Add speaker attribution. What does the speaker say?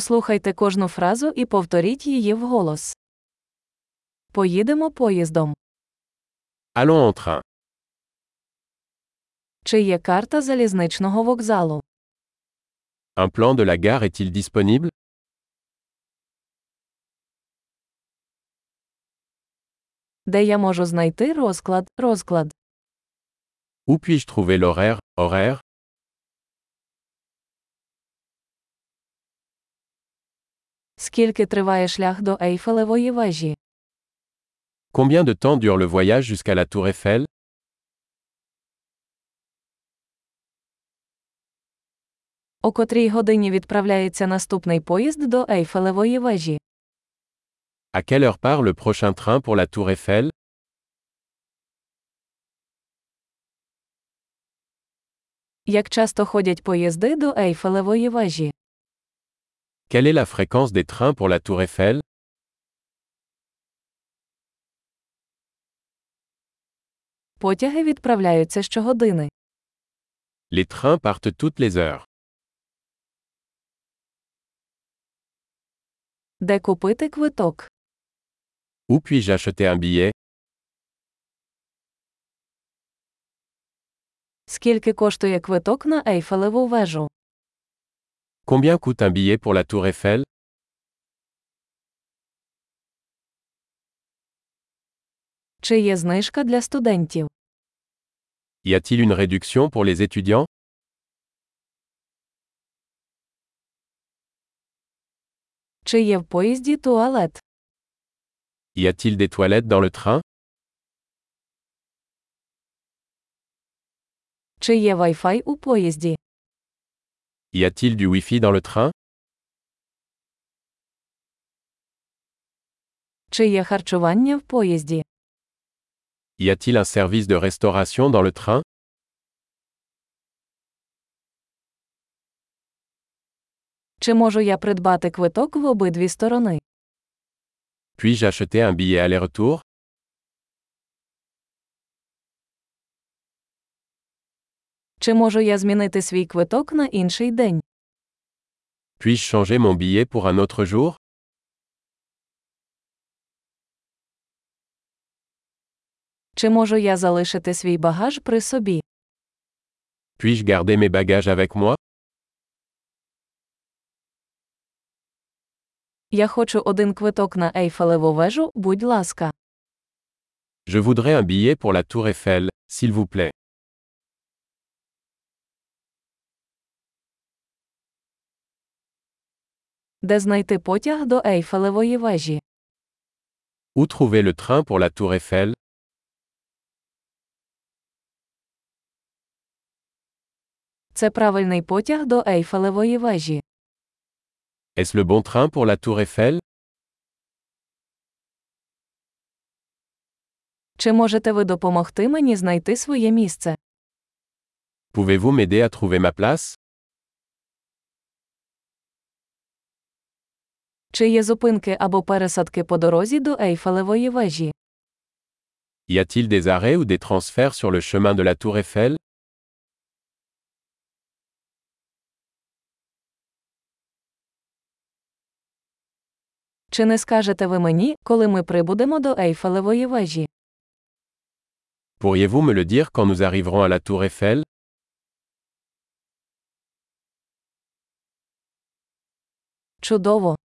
Speaker 1: Послухайте кожну фразу і повторіть її вголос. Поїдемо поїздом.
Speaker 2: Allons en train.
Speaker 1: Чи є карта залізничного вокзалу?
Speaker 2: Un plan de la gare est-il disponible
Speaker 1: Де я можу знайти розклад, розклад?
Speaker 2: Où puis-je trouver l'horaire, horaire
Speaker 1: Скільки триває шлях до Ейфелевої вежі?
Speaker 2: Combien de temps dure le voyage jusqu'à la tour Eiffel
Speaker 1: О котрій годині відправляється наступний поїзд до Ейфелевої вежі?
Speaker 2: À quelle heure part le prochain train pour la tour Eiffel
Speaker 1: Як часто ходять поїзди до Ейфелевої вежі?
Speaker 2: Quelle est la fréquence des trains pour la tour Eiffel
Speaker 1: Потяги відправляються щогодини.
Speaker 2: Les trains partent toutes les heures.
Speaker 1: Де купити квиток?
Speaker 2: Où puis-je acheter un billet
Speaker 1: Скільки коштує квиток на Ейфелеву вежу?
Speaker 2: Combien coûte un billet pour la tour Eiffel
Speaker 1: Чи є знижка для студентів?
Speaker 2: Y a-t-il une réduction pour les étudiants
Speaker 1: Чи є в поїзді туалет?
Speaker 2: Y a-t-il des toilettes dans le train
Speaker 1: Чи є Wi-Fi у поїзді?
Speaker 2: Y a-t-il du Wi-Fi dans le train
Speaker 1: Чи є харчування в поїзді?
Speaker 2: Y a-t-il un service de restauration dans le train
Speaker 1: Чи можу я придбати квиток в обидві сторони?
Speaker 2: Puis-je acheter un billet aller-retour
Speaker 1: Чи можу я змінити свій квиток на інший день?
Speaker 2: Puis-je changer mon billet pour un autre jour
Speaker 1: Чи можу я залишити свій багаж при собі?
Speaker 2: Puis-je garder mes bagages avec moi
Speaker 1: Я хочу один квиток на Ейфелеву вежу, будь ласка.
Speaker 2: Je voudrais un billet pour la tour Eiffel, s'il vous plaît.
Speaker 1: Де знайти потяг до Ейфелевої вежі?
Speaker 2: Où trouver le train pour la tour Eiffel
Speaker 1: Це правильний потяг до Ейфелевої вежі.
Speaker 2: Est-ce le bon train pour la tour Eiffel
Speaker 1: Чи можете ви допомогти мені знайти своє місце?
Speaker 2: Pouvez-vous m'aider à trouver ma place
Speaker 1: Чи є зупинки або пересадки по дорозі до Ейфелевої вежі?
Speaker 2: Y a-t-il des arrêts ou des transferts sur le chemin de la tour Eiffel
Speaker 1: Чи не скажете ви мені, коли ми прибудемо до Ейфелевої вежі?
Speaker 2: Pourriez-vous me le dire quand nous arriverons à la tour Eiffel
Speaker 1: Чудово!